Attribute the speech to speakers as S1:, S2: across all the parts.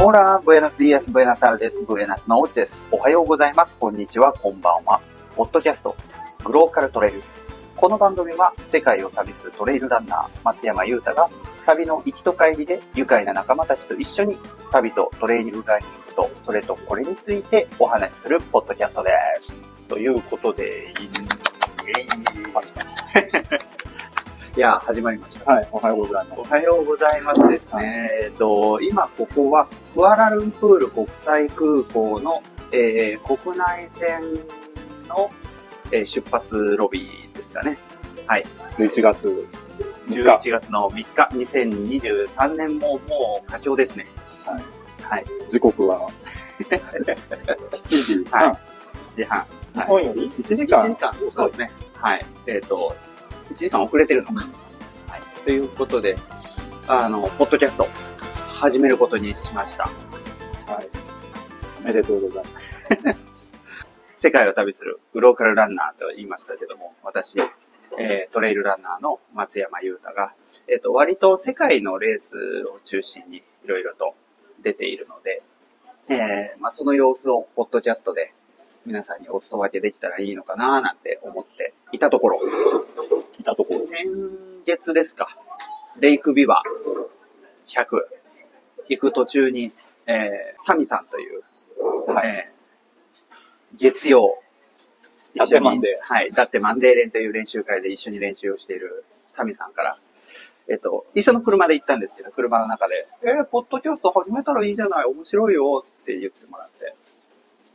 S1: Hola, buenos días, buenas tardes, buenas noches. おはようございます。こんにちは、こんばんは。ポッドキャスト、グローカルトレイルズ。この番組は世界を旅するトレイルランナー、松山優太が旅の行きと帰りで愉快な仲間たちと一緒に旅とトレーニングがに行くと、それとこれについてお話しするポッドキャストです。ということで、いや、始まりました。
S2: はい、おはようございます。
S1: おはようございますですね。えっと、今ここは、クアラルンプール国際空港の、えー国内線の、えー出発ロビーですかね。
S2: 11月3日。
S1: 11月の3日、2023年ももう佳境ですね。
S2: は
S1: は
S2: い。
S1: い。
S2: 時刻は7時半。
S1: は7時半。
S2: 日本より1時間
S1: 1時間、そうですね。はい。えっ、と、1時間遅れてるのか。はい。ということで、あの、ポッドキャスト、始めることにしました。
S2: はい。おめでとうございます。
S1: 世界を旅するグローカルランナーと言いましたけども、私、えートレイルランナーの松山優太が、えっ、と、割と世界のレースを中心にいろいろと出ているので、えーまあ、その様子をポッドキャストで皆さんにお裾分けできたらいいのかななんて思っていたところ、
S2: いたところ。
S1: 先月ですか、レイクビバ100行く途中に、えー、タミさんという、
S2: はい
S1: えー月曜、
S2: だってマンデ
S1: はい、だってマンデー連という練習会で一緒に練習をしているタミさんから、えっと、一緒の車で行ったんですけど、車の中で、えー、ポッドキャスト始めたらいいじゃない、面白いよって言ってもらって、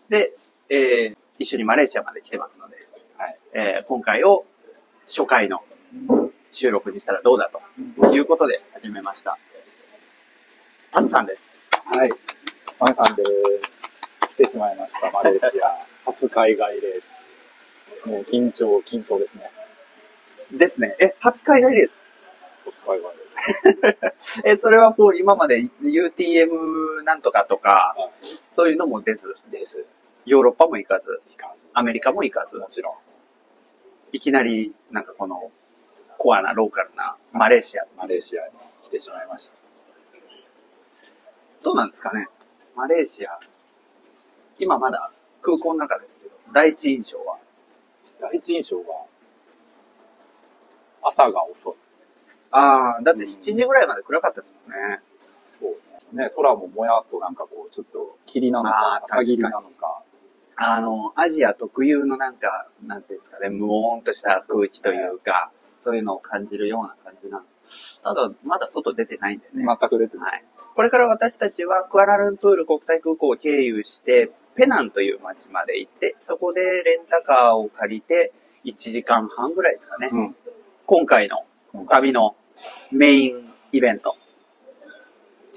S1: で、えー一緒にマレーシアまで来てますので、はいえー今回を初回の収録にしたらどうだということで始めました。タミさんです。
S2: はい。マネさんです。来てしまいました、マレーシア。 初海外レース。もう緊張、緊張ですね。
S1: ですね。え、初海外です。
S2: 初海外レー
S1: え、それはこう、今まで UTM なんとかとか、そういうのも出ず、
S2: ス。です。
S1: ヨーロッパも行かず、
S2: いかず。
S1: アメリカも行かず
S2: も、ちろん。
S1: いきなり、なんかこの、コアなローカルなマレーシア。
S2: マレーシアに来てしまいました。
S1: どうなんですかねマレーシア、今まだ空港の中ですけど、第一印象は
S2: 第一印象が、朝が遅い。
S1: ああ、だって7時ぐらいまで暗かったですもんね。
S2: そうね。ね、空ももやっとなんかこう、ちょっと霧なの
S1: あ
S2: か
S1: ー、
S2: 朝霧なのか。
S1: あの、アジア特有のなんか、なんていうんですかね、無音とした空気というか、そういうのを感じるような感じなの。ただ、まだ外出てないんでね。
S2: 全く出てない。
S1: はい。これから私たちはクアラルンプール国際空港を経由して、ペナンという町まで行って、そこでレンタカーを借りて、1時間半ぐらいですかね。
S2: うん
S1: 今回の
S2: 今回
S1: 旅のメインイベント。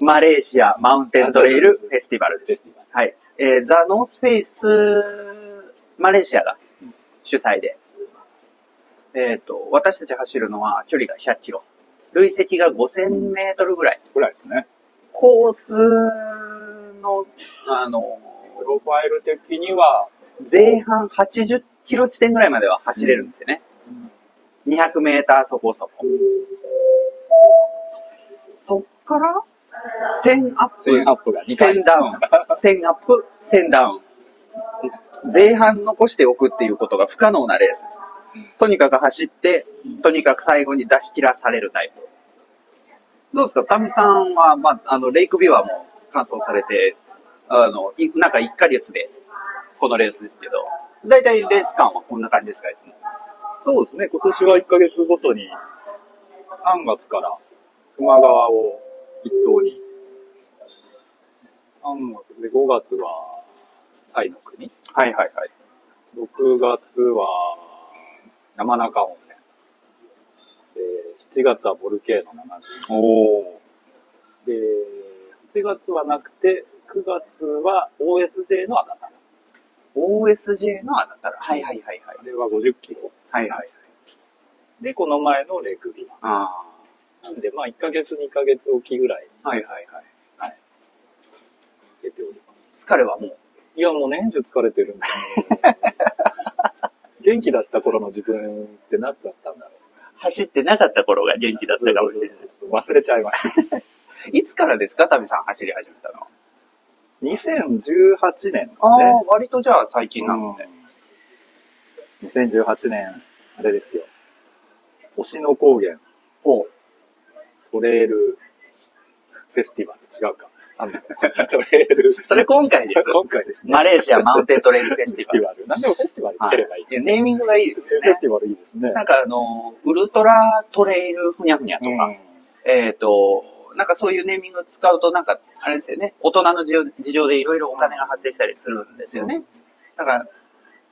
S1: マレーシアマウンテントレイルフェスティバルです。はい。えーザ・ノースフェイスマレーシアが主催で、えっ、と、私たち走るのは距離が100キロ。累積が5000メートルぐらい。
S2: ぐらいですね。
S1: コースの、あの、
S2: プロファイル的には、
S1: 前半80キロ地点ぐらいまでは走れるんですよね。200メーターそこそこ。そっから、1000アップ、
S2: 1000アップが2回。
S1: 1000ダウン、1000アップ、1000ダウン。前半残しておくっていうことが不可能なレースです。とにかく走って、とにかく最後に出し切らされるタイプ。どうですかタミさんは、まあ、あの、レイクビュアも完走されて、あの、いなんか1ヶ月で、このレースですけど、だいたいレース間はこんな感じですかいつも。
S2: そうですね。今年は1ヶ月ごとに、3月から、球磨川を一等に、3月で5月は、西の国。
S1: はいはいはい。
S2: 6月は、山中温泉。で、7月はボルケーノ70。
S1: おお。
S2: で、8月はなくて、9月は OSJ のあなた。
S1: OSJ のあなたら。はいはいはいはい。
S2: あれは50キロ。
S1: はいはい。
S2: で、この前のレクビア。
S1: あ
S2: なんで、まあ、1ヶ月、2ヶ月おきぐらい
S1: あ。はいはいはい。
S2: 出ております。
S1: 疲れはもう、
S2: いや、もう年中疲れて るんだ。元気だった頃の自分って何だったんだろう。
S1: 走ってなかった頃が元気だったかもしれない。
S2: そうそうそうそう忘れちゃいました。
S1: いつからですか、タミさん走り始めたの。
S2: 2018年です
S1: ああ
S2: ね。、
S1: 割とじゃあ最近なんで。
S2: うん2018年、あれですよ。星野高原
S1: お
S2: トレイルフェスティバル。違うか。あの、トレイル。
S1: それ今回です。
S2: 今回ですね。
S1: マレーシアマウンテントレイルフェス
S2: フ
S1: テ
S2: ェ
S1: ィ
S2: ス
S1: バ
S2: ティ
S1: ル。
S2: バル。何でもフェスティバルつ ければいい。
S1: いやネーミングがい いですよ
S2: フェ
S1: ね
S2: ス。ティバルいいですね。
S1: なんかあの、ウルトラトレイルふにゃふにゃとか、えっ、と、なんかそういうネーミング使うと、なんか、あれですよね、大人の事情事情でいろいろお金が発生したりするんですよね。だから、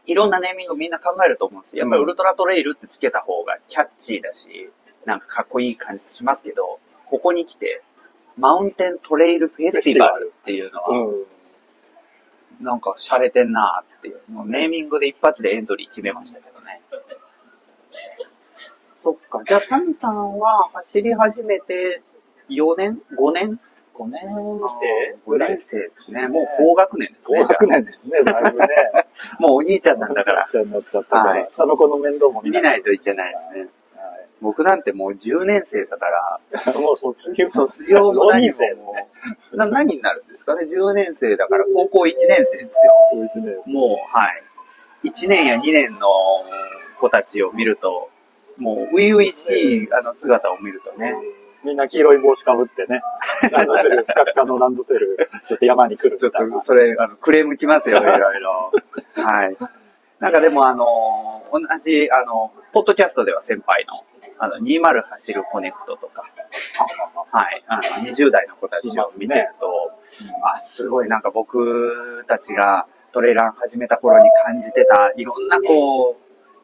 S1: いろんなネーミングみんな考えると思うんですよ。やっぱり
S2: う
S1: ウ
S2: ん
S1: ルトラトレイルってつけた方がキャッチーだし、なんかかっこいい感じしますけど、ここに来て、マウンテントレイルフェスティバルっていうの
S2: う
S1: は、
S2: ん。うん。
S1: なんか洒落てんなーっていう、もうネーミングで一発でエントリー決めましたけどね。そっか。じゃあ、タミさんは走り始めて4年 ?5 年
S2: 5年
S1: 5年生ですね。もう高学年ですね。
S2: 高学年ですね、だい ぶね。
S1: じゃあもうお兄ちゃんなんだから
S2: お。兄ちゃんになっちゃったか
S1: はい
S2: ら、下の子の面倒も
S1: 見
S2: 見ない。
S1: ないといけないですね。僕なんてもう10年生だ から、
S2: はいもう卒業。
S1: 卒業も何
S2: 人
S1: も
S2: 生。
S1: な何になるんですかね ?10 年生だから高校1年生です
S2: そうですね。
S1: よ。もう、はい。1年や2年の子たちを見ると、もう、初々しいあの姿を見るとね、
S2: みんな黄色い帽子かぶって ね、ランドセル、ピカピカのランドセル、ちょっと山に来るみ
S1: ちょった
S2: いな
S1: と、。それ、あの、クレーム来ますよ、いろいろ。はい。なんかでも、あの、同じ、あの、ポッドキャストでは先輩の、あの、20走るコネクトとか、はい、あの、20代の子たちを見てると、あ、すごい、なんか僕たちがトレーラン始めた頃に感じてた、いろんなこう、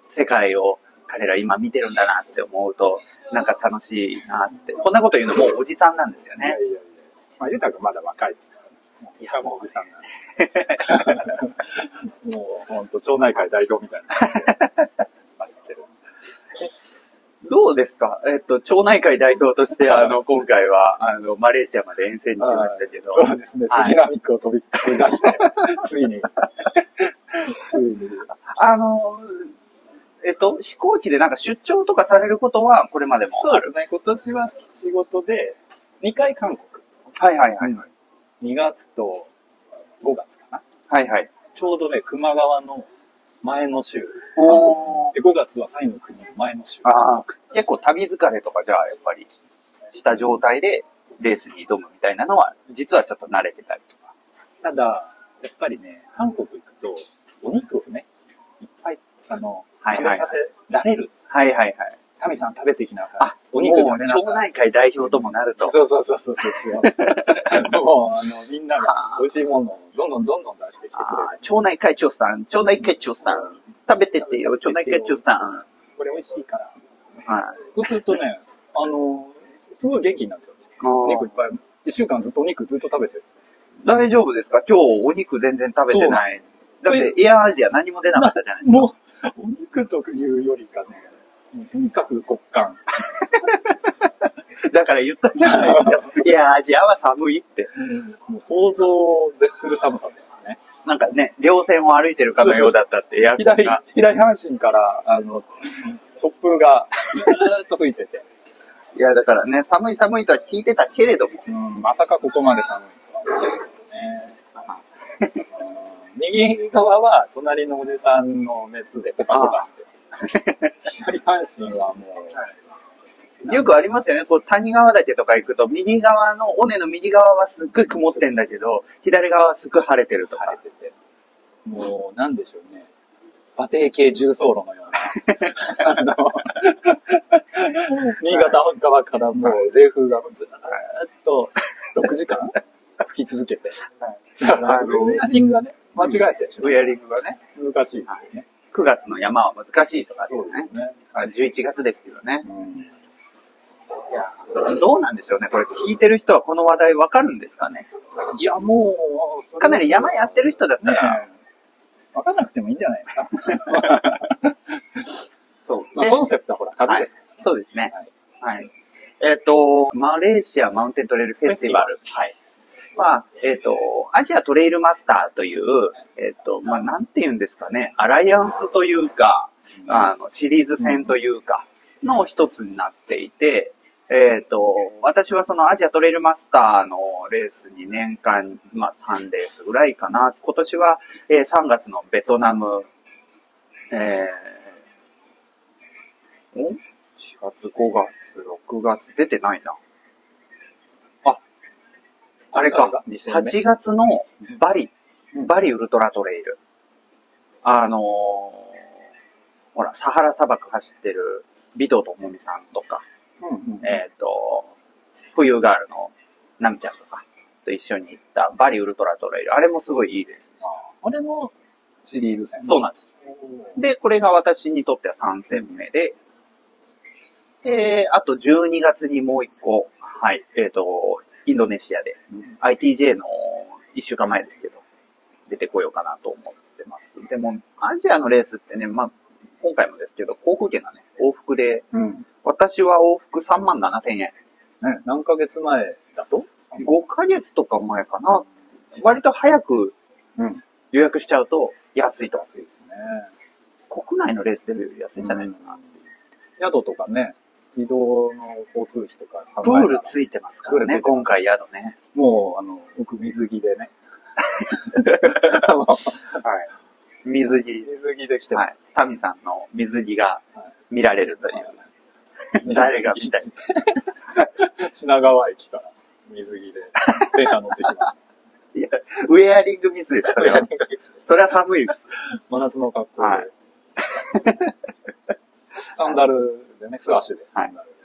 S1: 世界を彼ら今見てるんだなって思うと、なんか楽しいなって。こんなこと言うのもうおじさんなんですよ
S2: いやいや
S1: ね。
S2: いやまあ、ゆうたくんまだ若いですからね。いや、もうおじさんなん で。もう、ほんと、町内会代表みたいな感じで 走ってる。
S1: どうですかえっと、町内会代表として、あの、今回は、あの、マレーシアまで遠征に来ましたけど、
S2: そうですね、
S1: はい
S2: 杉並区を飛び飛び出して、 ついに。ついに。
S1: あの、えっと、飛行機でなんか出張とかされることは、これまでも
S2: そ
S1: あ
S2: うで
S1: る。
S2: すね、今年は仕事で、2回韓国。
S1: はいはいはい。
S2: 2月と5月かな。
S1: はいはい。
S2: ちょうどね、球磨川の前の週。
S1: おー
S2: で、5月はイの国の前の週。
S1: ああ、結構旅疲れとかじゃあ、やっぱり、した状態でレースに挑むみたいなのは、実はちょっと慣れてたりとか。
S2: ただ、やっぱりね、韓国行くと、お肉をね、いっぱい、あの、
S1: はいはい
S2: 食べさせられる。
S1: はいはいはい。
S2: タミさん食べてきなさい。
S1: あ、
S2: お肉食べなさい
S1: 町。内会代表ともなると。
S2: そうそうそうそう そう。もう、あの、みんなが美味しいものをどんどんどんどん出してきてくれ
S1: あ
S2: る
S1: ー。町内会長さん、町内会長さん、食べてってよ、町内会長さん。
S2: これ美味しいから。
S1: はい。
S2: そうするとね、あの、すごい元気になっちゃうんですよ。お肉いっぱい。一週間ずっとお肉ずっと食べてる。
S1: 大丈夫ですか今日お肉全然食べてない。だ
S2: そ
S1: っ
S2: う
S1: てエアアジア何も出なかったじゃないですか。
S2: もう、お肉というよりかね、もうとにかく骨感。
S1: だから言ったじゃ ないですか。エアアジアは寒いって。
S2: もう想像を絶する寒さでしたね。
S1: なんかね、稜線を歩いてるかのようだったって、エアコン
S2: 左
S1: が。、
S2: 左半身から、あの、突風がずーっと吹いてて、
S1: いや、だからね、寒い寒いとは聞いてたけれども。
S2: うん、まさかここまで寒いとはね。うん 右側は隣のおじさんの熱でポカポカして、 左半身はも
S1: よくありますよね。こう、谷川岳とか行くと、右側の、尾根の右側はすっごい曇ってんだけど、左側はすっごい晴れてると
S2: う
S1: か。
S2: 晴れてて、もうなんでしょうね、馬蹄形重走路のよ うな、あの、新潟本川からもう冷風がずーっと6時間吹き続けて、だから、
S1: あの
S2: ウェアリングがね、間違えてしま
S1: ウ
S2: う
S1: ェアリングがね、
S2: 難しいですよね。
S1: 9月の山は難しいとかですね。
S2: ね。
S1: あ11月ですけどね。
S2: うん
S1: どうなんでしょうね。これ聞いてる人はこの話題わかるんですかね。
S2: いや、もう、
S1: かなり山やってる人だった
S2: ね
S1: ら、
S2: わかんなくてもいいんじゃないですか。
S1: そう、
S2: まあ、
S1: ね
S2: コンセプトはほら、旅ですか
S1: そうですね
S2: ら。。はい
S1: はい。えっ、と、マレーシアマウンテントレイルフェスティバル。はい。まあ、えっ、と、アジアトレイルマスターという、えっ、と、まあ、なんて言うんですかね、アライアンスというか、あの、シリーズ戦というか、の一つになっていて、えっ、と、私はそのアジアトレイルマスターのレースに年間、まあ3レースぐらいかな。今年は、えー3月のベトナム、えー、ん ?4 月、5月、6月、出てないな。あ、あれ
S2: あれ
S1: か
S2: が、二戦目
S1: 8月のバリ、バリウルトラトレイル。あのーほら、サハラ砂漠走ってる、尾藤智美さんとか、
S2: うんうん。
S1: えっ、と、冬ガールのナミちゃんとかと一緒に行ったバリウルトラトレイル。あれもすごいいいです。
S2: あれもシリーズ戦
S1: そうなんです。
S2: ん
S1: で、これが私にとっては3戦目で、で、あと12月にもう一個、はい、えっ、と、インドネシアで、ITJ の1週間前ですけど、出てこようかなと思ってます。でも、アジアのレースってね、まあ、今回もですけど、航空券がね、往復で、
S2: うん。ね、
S1: 私は往復3万7千円。
S2: 何ヶ月前だと
S1: 5ヶ月とか前かな。割と早く
S2: うん。
S1: 予約しちゃうと安いと。
S2: 安いですね。
S1: 国内のレース出るより安いんじゃないかな。
S2: 宿とかね、移動の交通費とか考
S1: プ
S2: えたら
S1: ールついてますから
S2: プールつい
S1: ね、
S2: てます
S1: 今回宿ね。
S2: もう、あの、僕水着でね。
S1: はい。水着。
S2: 水着で来て
S1: は
S2: ま
S1: い
S2: す。。
S1: タミさんの水着が見られるという。
S2: はい
S1: 誰が見たい。
S2: 品川駅から水着で 電車乗ってきました。
S1: いや、ウェアリングミスです、それは。それは寒いです。
S2: 真夏の格好で。
S1: はい
S2: サンダルでね、素足で。
S1: はい
S2: サンダルで。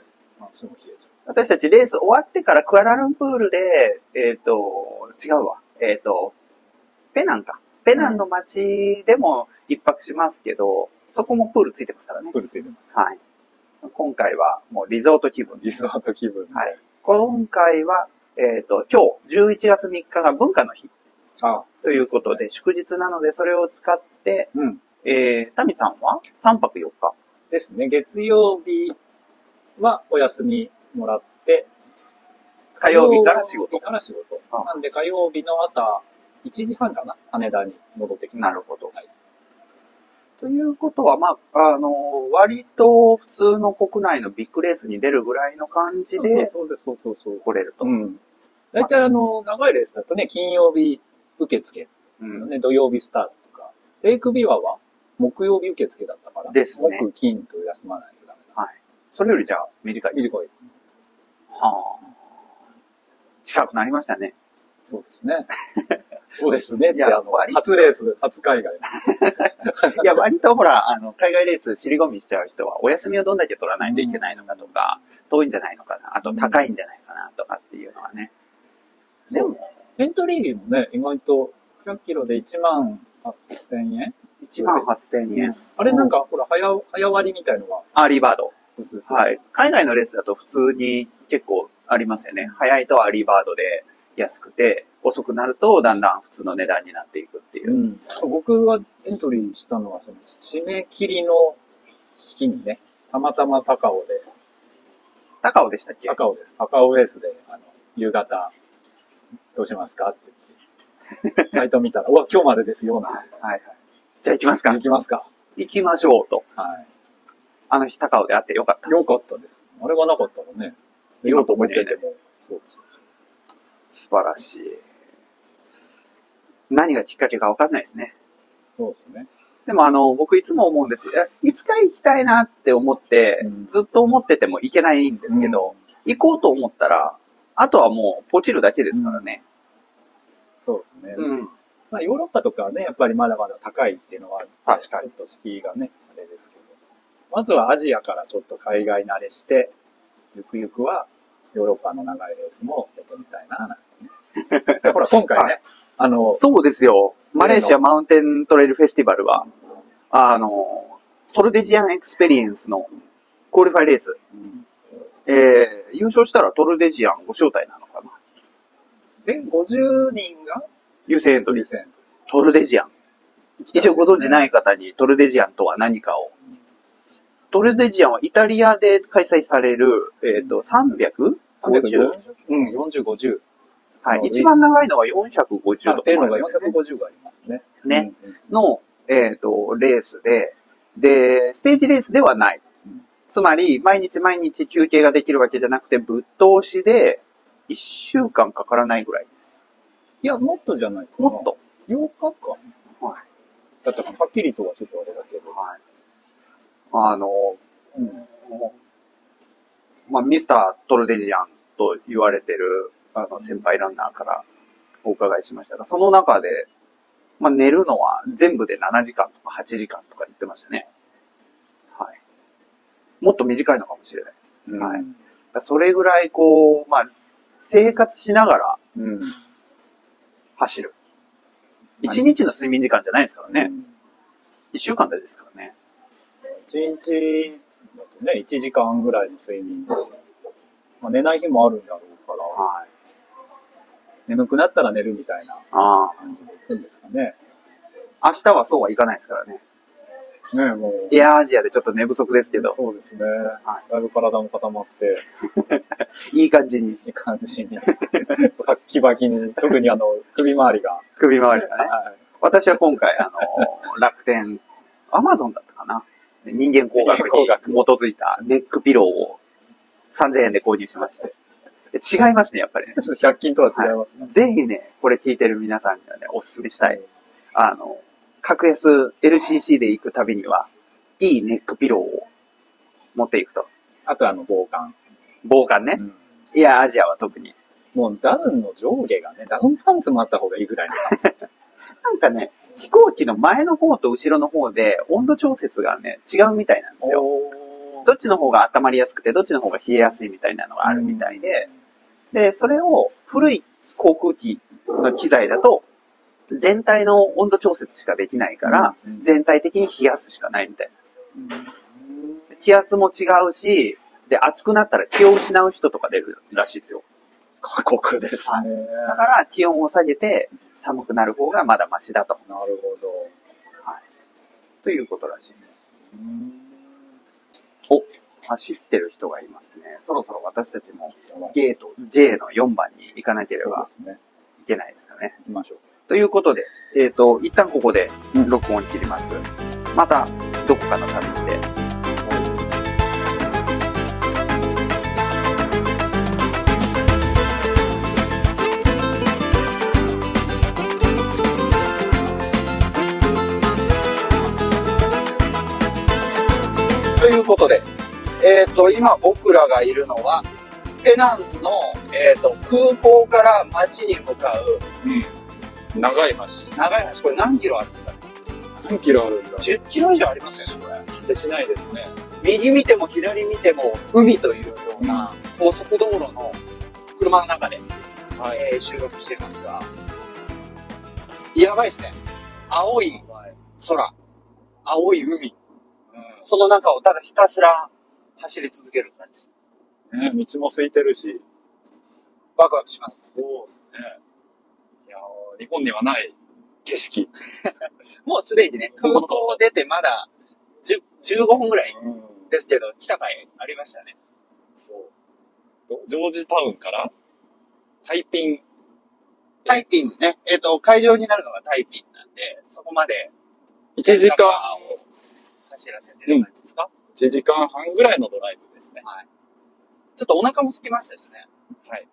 S2: 足も冷えちゃ
S1: 私たちレース終わってからクアラルンプールで、えっ、と、違うわ。えっ、と、ペナンか。ペナンの街でも一泊しますけど、そこもプールついてますからね
S2: う。。プールついてます。
S1: はい。今回はもうリゾート気分で
S2: リ
S1: す。
S2: ゾート気分。
S1: はい。今回は、えっ、と、今日11月3日が文化の日
S2: あ、
S1: ということで、祝日なのでそれを使って、
S2: うん。
S1: えー、タミさんは3泊4日。
S2: ですね。月曜日はお休みもらって、
S1: 火曜日から仕
S2: 火曜
S1: 事
S2: 日。から仕事。
S1: あ
S2: なんで火曜日の朝1時半かな、羽田に戻ってきます。
S1: なるほど
S2: はい
S1: ということは、まあ、あの割と普通の国内のビッグレースに出るぐらいの感じで
S2: そうです、そうそうそうそう。
S1: 来れると。
S2: うん。大体あの、長いレースだとね、金曜日受付、
S1: うん
S2: ね、土曜日スタートとか、レイクビワは木曜日受付だったから、
S1: ですね
S2: 木、金と休まないとダメだ。
S1: それよりじゃあ短い。
S2: 短いですね。
S1: はあ。近くなりましたね。
S2: そうです ね。そうですね。っ
S1: い
S2: て、
S1: や
S2: あの、
S1: 割と
S2: 初レース、初海外。
S1: いや、割とほら、あの、海外レース尻込みしちゃう人は、お休みをどんだけ取らないといけないのかとか、遠いんじゃないのかな、あと高いんじゃないかなとかっていうのはね。でも、
S2: エントリーもね、意外と100キロで1万8000円
S1: 1万8000円。
S2: あれなんか、ほら、早、早割りみたいのが、
S1: アーリーバード。
S2: そうそうそう
S1: はい。海外のレースだと普通に結構ありますよね。早いとアーリーバードで安くて、遅くなるとだんだん普通の値段になっていくっていうう。
S2: ん。僕がエントリーしたのは、その、締め切りの日にね、たまたま高尾で、
S1: 高尾でしたっけ
S2: 高尾です。高尾レースで、あの、夕方、どうしますかって言 って。サイト見たら、うわ、今日までですよ、な。
S1: はいはい。じゃあ行きますか
S2: 行。きますか。
S1: 行きましょうと。
S2: は
S1: あの日高尾で会ってよかった
S2: い。。よかったです。あれがなかったらね、見ようと思ってても、そうそうそう。
S1: 素晴らしい。何がきっかけかわかんないですね。
S2: そうですね。
S1: でもあの、僕いつも思うんです。えいつか行きたいなって思って、
S2: うん
S1: ずっと思ってても行けないんですけど、行こうと思ったら、あとはもうポチるだけですからね。
S2: そうですね。
S1: うん。
S2: まあ、ヨーロッパとかはね、やっぱりまだまだ高いっていうのは、
S1: 確かに
S2: ちょっと敷居がね、あれですけど。まずはアジアからちょっと海外慣れして、ゆくゆくはヨーロッパの長いレースもやってみたいな、なんてね。でほら、今回
S1: は
S2: ね、あの、
S1: そうですよ。マレーシアマウンテントレイルフェスティバルは、あの、トルデジアンエクスペリエンスのクオリファイレース。えー、優勝したらトルデジアンご招待なのかな
S2: 全50人が
S1: 優先エントリ
S2: 優
S1: ー。
S2: 先。。
S1: トルデジアン。一応ご存知ないい方にトルデジアンとは何かを。トルデジアンはイタリアで開催される、えっ、と、350?
S2: 350? うん、40、50。
S1: はい。一番長いのは450
S2: あ
S1: と
S2: っていう
S1: か
S2: の
S1: もあり
S2: が
S1: ますよね。
S2: 450がありますね。
S1: ね。
S2: うん。
S1: の、えっ、と、レースで、で、ステージレースではない。つまり、毎日毎日休憩ができるわけじゃなくて、ぶっ通しで、1週間かからないぐらい。
S2: いや、もっとじゃないかな。
S1: もっと。
S2: 8日間
S1: はい。
S2: だったかな。はっきりとはちょっとあれだけど。
S1: はい。あの、
S2: うん。
S1: まあ、ミスター・トルデジアンと言われてる、あの、先輩ランナーからお伺いしましたが、その中で、まあ、寝るのは全部で7時間とか8時間とか言ってましたね。はい。もっと短いのかもしれないです。はい。それぐらい、こう、まあ、生活しながら
S2: うん。
S1: 走る。
S2: はい
S1: 1日の睡眠時間じゃないですからね。
S2: うん。
S1: 1週間でですからね。
S2: 一日だとね、1時間ぐらいの睡眠。まあ、寝ない日もあるんだろうから、
S1: はい。
S2: 眠くなったら寝るみたいな
S1: ああ。
S2: 感じでするんですかね。
S1: 明日はそうはいかないですからね。
S2: ねもう。
S1: エアアジアでちょっと寝不足ですけど、
S2: そうですね。
S1: は
S2: だいぶ体も固まって、
S1: いい感じに
S2: いい感じ に、バッキバキに、特にあの、首周りが。
S1: 首回りがね。
S2: は
S1: 私は今回、あの、楽天、 アマゾンだったかな。人間工学に
S2: 人間
S1: 基づいたネックピローを3000円で購入しまして。で違いますね、やっぱりね。
S2: い。100均とは違いますね。
S1: ぜひね、これ聞いてる皆さんにはね、お勧めしたい。。あの、格安 LCC で行くたびには、いいネックピローを持っていくと。
S2: あとあの、防寒。
S1: 防寒ね。
S2: うん
S1: いや、アジアは特に。
S2: もうダウンの上下がね、ダウンパンツもあった方がいいぐらいの。
S1: なんかね、飛行機の前の方と後ろの方で温度調節がね、違うみたいなんですよ。
S2: お
S1: どっちの方が温まりやすくて、どっちの方が冷えやすいみたいなのがあるみたいで、で、それを古い航空機の機材だと、全体の温度調節しかできないから、、
S2: うん、
S1: 全体的に冷やすしかないみたいなんですよ。
S2: うん
S1: 気圧も違うし、で、暑くなったら気を失う人とか出るらしいですよ。
S2: 過酷ですね。
S1: だから気温を下げて寒くなる方がまだマシだと。
S2: なるほど。
S1: ということらしいです。
S2: うん
S1: 走ってる人がいますね。そろそろ私たちも
S2: そうで
S1: ゲート J の4番に行かなければ
S2: すね。
S1: いけないですかね。
S2: 行きましょう。
S1: ということで、えっ、と、一旦ここで
S2: うん
S1: 録音切ります。また、どこかの旅して、ということで、えっ、と、今僕らがいるのは、ペナンの、えっ、と、空港から街に向かう、
S2: うん。長い橋。
S1: 長い話、これ何キロあるんですかね
S2: 何キロあるんだ
S1: ?10 キロ以上ありますよね、これ。
S2: てしないですね。
S1: 右見ても左見ても海というような
S2: な
S1: 高速道路の車の中で、えー収録していますが、やばいですね。青い空、青い海、その中をただひたすら走り続ける感じ。
S2: ね、道も空いてるし。
S1: ワクワクします。
S2: そうですね。いやー日本にはない景色。
S1: もうすでにね、空港を出てまだ10 15分ぐらい
S2: うん。
S1: ですけど、来た回ありましたね。
S2: そう。どジョージタウンから、タイピン。
S1: タイピンね、えっ、と、会場になるのがタイピンなんで、そこまで
S2: 1時間、
S1: 走らせてる感じですか、
S2: 1時間半ぐらいのドライブですね。
S1: ちょっとお腹も空きましたしね。
S2: はい。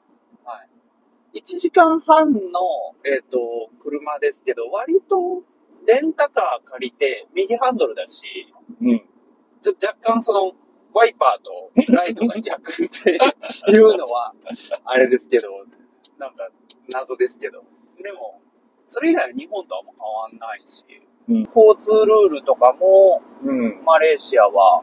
S1: 1時間半の、えっ、と、車ですけど、割と、レンタカー借りて、右ハンドルだし、
S2: うん。
S1: ちょっと若干その、ワイパーとライトが逆 っていうのは、あれですけど、なんか、謎ですけど。でも、それ以外は日本とあんま変わんないし、
S2: うん
S1: 交通ルールとかも、
S2: うん。
S1: マレーシアは、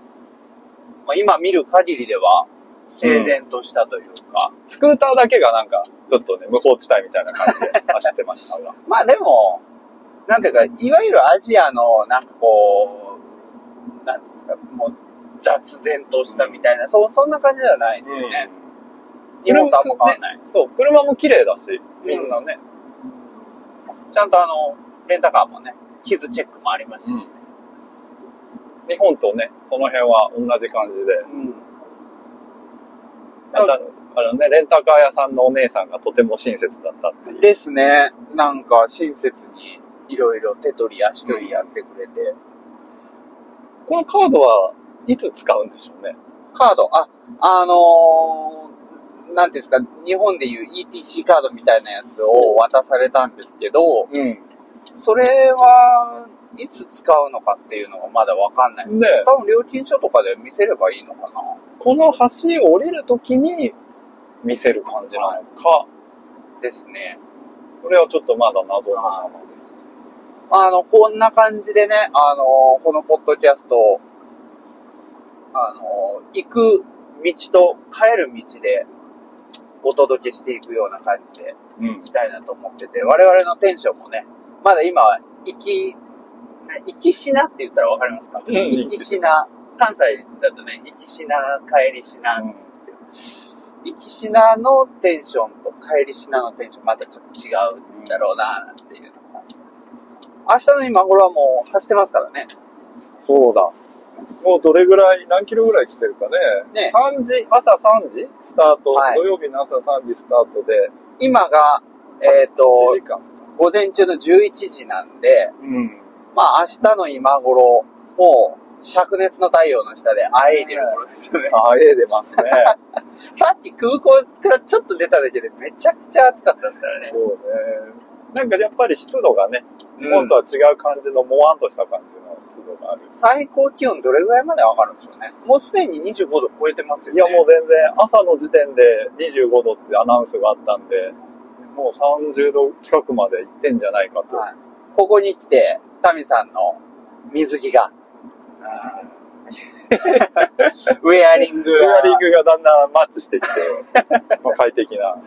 S1: まあ、今見る限りでは、整然としたというか、
S2: スクーターだけがなんか、ちょっとね、無法地帯みたいな感じで走ってましたが。
S1: まあでも、なんていうか、いわゆるアジアの、なんかこう、なんていうんですか、もう、雑然としたみたいな、そ、そんな感じではないですよね。日本とあんま変わらない。
S2: そう、車も綺麗だし、みんなね。
S1: ちゃんとあの、レンタカーもね、傷チェックもありましたしね。
S2: 日本とね、その辺は同じ感じで。
S1: うん。
S2: あのあのね、レンタカー屋さんのお姉さんがとても親切だったっていう。
S1: ですね。なんか、親切に、いろいろ手取り足取りやってくれて。
S2: このカードは、いつ使うんでしょうね。
S1: カード、あ、あのー、なんていうんですか、日本でいう ETC カードみたいなやつを渡されたんですけど、
S2: う
S1: それは、いつ使うのかっていうのがまだわかんないです
S2: ね
S1: ね。多分料金書とかで見せればいいのかな。
S2: この橋を降りるときに見せる感じなのか、
S1: ですね。
S2: これはちょっとまだ謎のままです。
S1: あの、こんな感じでね、あのーこのポッドキャスト、あのー行く道と帰る道でお届けしていくような感じで
S2: うん
S1: 行き。たいなと思ってて、我々のテンションもね、まだ今は、行き、な行きしなって言ったらわかりますか、
S2: うん
S1: 行きしな。関西だとね、行きしな、帰りしなって言うんですけど、行きしなのテンションと帰りしなのテンション、またちょっと違うんだろうなっていうのが。明日の今頃はもう走ってますからね。
S2: そうだ。もうどれぐらい、何キロぐらい来てるかね。
S1: ね
S2: 3時、朝3時スタート、
S1: はい
S2: 土曜日の朝3時スタートで、
S1: 今が、えっ、
S2: 1
S1: と
S2: 時、間。
S1: 午前中の11時なんで、
S2: うん。
S1: まあ明日の今頃、もう、灼熱の太陽の下であえいでる頃ですよね。
S2: あ、え出ますね。
S1: さっき空港からちょっと出ただけでめちゃくちゃ暑かったですからね。
S2: そうね。なんかやっぱり湿度がね、日
S1: 本当
S2: 本と
S1: は
S2: は違う感じの、もわんとした感じの湿度がある。
S1: 最高気温どれぐらいまで上がるんでしょうね。もうすでに25度超えてますよ
S2: い
S1: ね。
S2: やもう全然朝の時点で25度ってアナウンスがあったんで、もう30度近くまで行ってんじゃないかと。
S1: はいここに来て、タミさんの水着が、ウェアリング
S2: ウ
S1: が、
S2: ェアリングがだんだんマッチしてきて、 まあ快適な。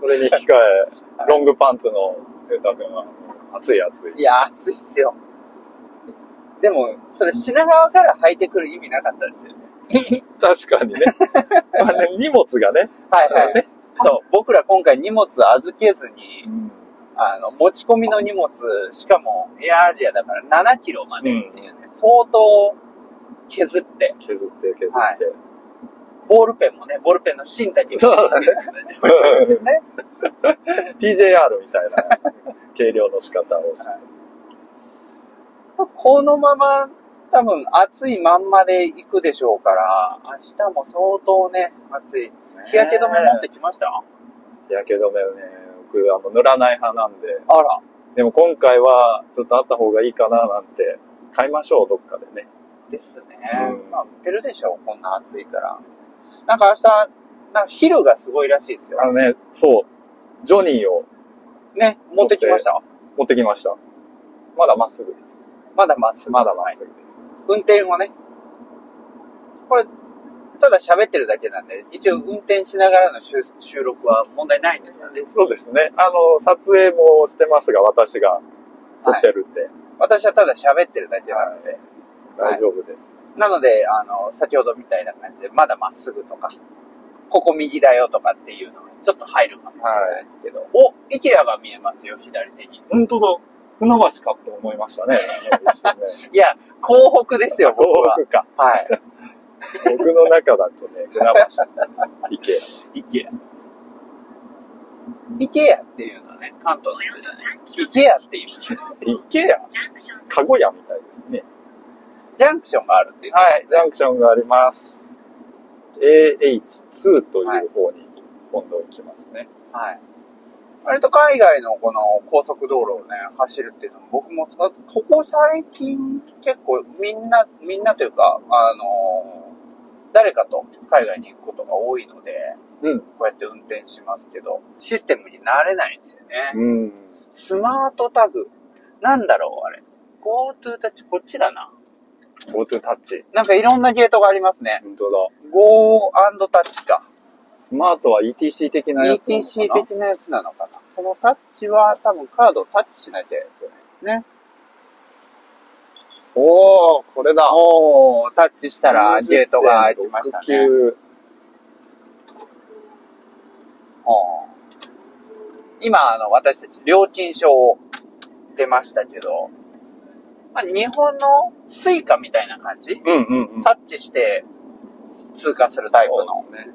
S2: それに引き換え、ロングパンツのゆうたくんは、暑い暑い。
S1: いや、暑いっすよ。でも、それ品川から履いてくる意味なかったですよね。
S2: 確か にね。あれ荷物がね。
S1: はい。
S2: はい
S1: そう、僕ら今回荷物預けずに、あの、持ち込みの荷物、しかもエアアジアだから7キロまでっていうね、相当削って、
S2: 削って削って。
S1: はいボールペンもね、ボールペンの芯だけを
S2: そうだね
S1: 削ってたんですよね
S2: TJR みたいな 軽量の仕方をして。
S1: このまま、多分暑いまんまで行くでしょうから、明日も相当ね、暑い。日焼け止め持ってきました、
S2: 日焼け止めをね、僕、あの、塗らない派なんで、
S1: あら、
S2: でも今回は、ちょっとあった方がいいかななんて、買いましょう、どっかでね。
S1: ですね。
S2: うん
S1: まあ、売ってるでしょう、こんな暑いから。なんか明日、なんかヒルがすごいらしいですよ
S2: あ。のね、そう、ジョニーを
S1: ね、持ってきました。
S2: 持ってきました。まだまっすぐです。
S1: まだまっすぐ。
S2: まだまっすぐです。
S1: 運転をね。これ、ただ喋ってるだけなんで、一応運転しながらの収収録は問題ないんですかね。
S2: そうですね。あの、撮影もしてますが、私が撮ってるんで、
S1: 私はただ喋ってるだけなので。はい
S2: 大丈夫です。
S1: なので、あの、先ほどみたいな感じで、まだまっすぐとか、ここ右だよとかっていうのがちょっと入るかもしれないですけど、お、イケアが見えますよ、左手に。
S2: 本当だ。船橋かって思いましたね。
S1: いや、港北ですよ、僕は。
S2: 僕か。
S1: はい。
S2: 僕の中だとね、船橋です。行け。
S1: イケア。イケアっていうのはね、関東の人じゃないですか。イケアっていう。
S2: 行けや。かごやみたいですね。
S1: ジャンクションがあるっていう。
S2: はい、ジャンクションがあります。AH2 という方に今度行きますね。
S1: はい。割と海外のこの高速道路をね、走るっていうのも僕もそう、ここ最近結構みんな、みんなというか、あのー誰かと海外に行くことが多いので、
S2: うん
S1: こうやって運転しますけど、システムに慣れないんですよね。
S2: うん。
S1: スマートタグ。なんだろう、あれ。GoTo タッチ、こっちだな。
S2: GoTo タッチ。
S1: なんかいろんなゲートがありますね。
S2: 本当だ。
S1: Go& タッチか。
S2: スマートは ETC 的なやつなのか
S1: ETC 的なやつなのかな。このタッチは多分カードをタッチしなきゃいけないですね。
S2: おー、これだ。
S1: おー、タッチしたらゲートが開きましたね。
S2: 69
S1: おー今、あの、私たち料金証を出ましたけど、まあ、日本のスイカみたいな感じ
S2: うんうんうん。
S1: タッチして通過するタイプの
S2: そうですね。